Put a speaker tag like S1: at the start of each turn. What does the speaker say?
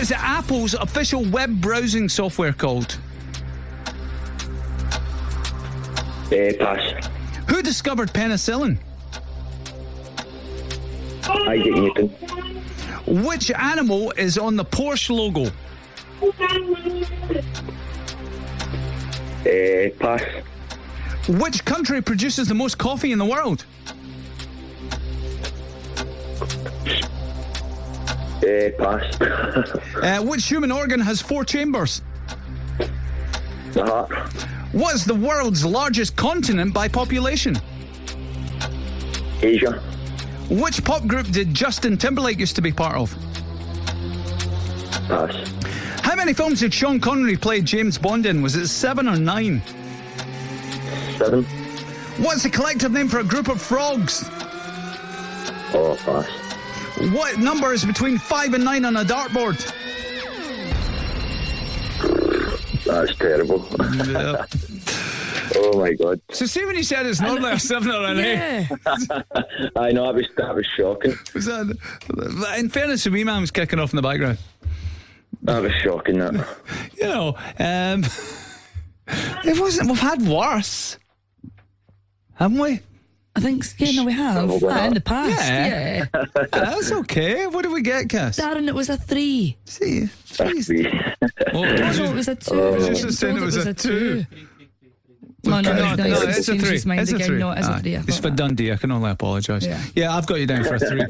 S1: is Apple's official web browsing software called?
S2: Uh, pass.
S1: Who discovered penicillin?
S2: Isaac Newton.
S1: Which animal is on the Porsche logo?
S2: Uh, pass.
S1: Which country produces the most coffee in the world?
S2: Uh, pass. the
S1: Uh, which human organ has four chambers?
S2: heart.
S1: What's the world's largest continent by population?
S2: Asia.
S1: Which pop group did Justin Timberlake used to be part of?
S2: Pass.
S1: How many films did Sean Connery play James Bond in? Was it seven or nine?
S2: Seven.
S1: What's the collective name for a group of frogs?
S2: Oh, pass.
S1: What number is between five and nine on a dartboard?
S2: That's terrible. oh my god.
S1: So see when you said it's normally a seven or an eight.
S3: Yeah.
S2: I know that was that was shocking.
S1: Was that, in fairness, the wee man was kicking off in the background.
S2: That was shocking. That.
S1: You know, um, it wasn't. We've had worse, haven't we?
S3: I think, yeah, no, we have.
S2: Probably
S3: Ah, in
S2: not.
S3: the past,
S1: Yeah.
S3: yeah.
S1: That's okay. What did we get, Cass?
S3: Darren, it was a three.
S1: See,
S2: That's
S1: please.
S2: me.
S1: Oh,
S3: No,
S1: it's
S3: no,
S1: just-
S3: it was a two. I
S1: just
S3: was told
S1: saying it was a two.
S3: No, no,
S1: no,
S3: no,
S1: no,
S3: he's
S1: Oh, it's a
S3: changed
S1: three.
S3: his mind
S1: It's a
S3: again.
S1: three.
S3: No, it is
S1: Aye.
S3: a three. I
S1: It's
S3: thought
S1: for
S3: that.
S1: Dundee. I can only apologise. Yeah.
S3: Yeah.
S1: I've got you down for a three.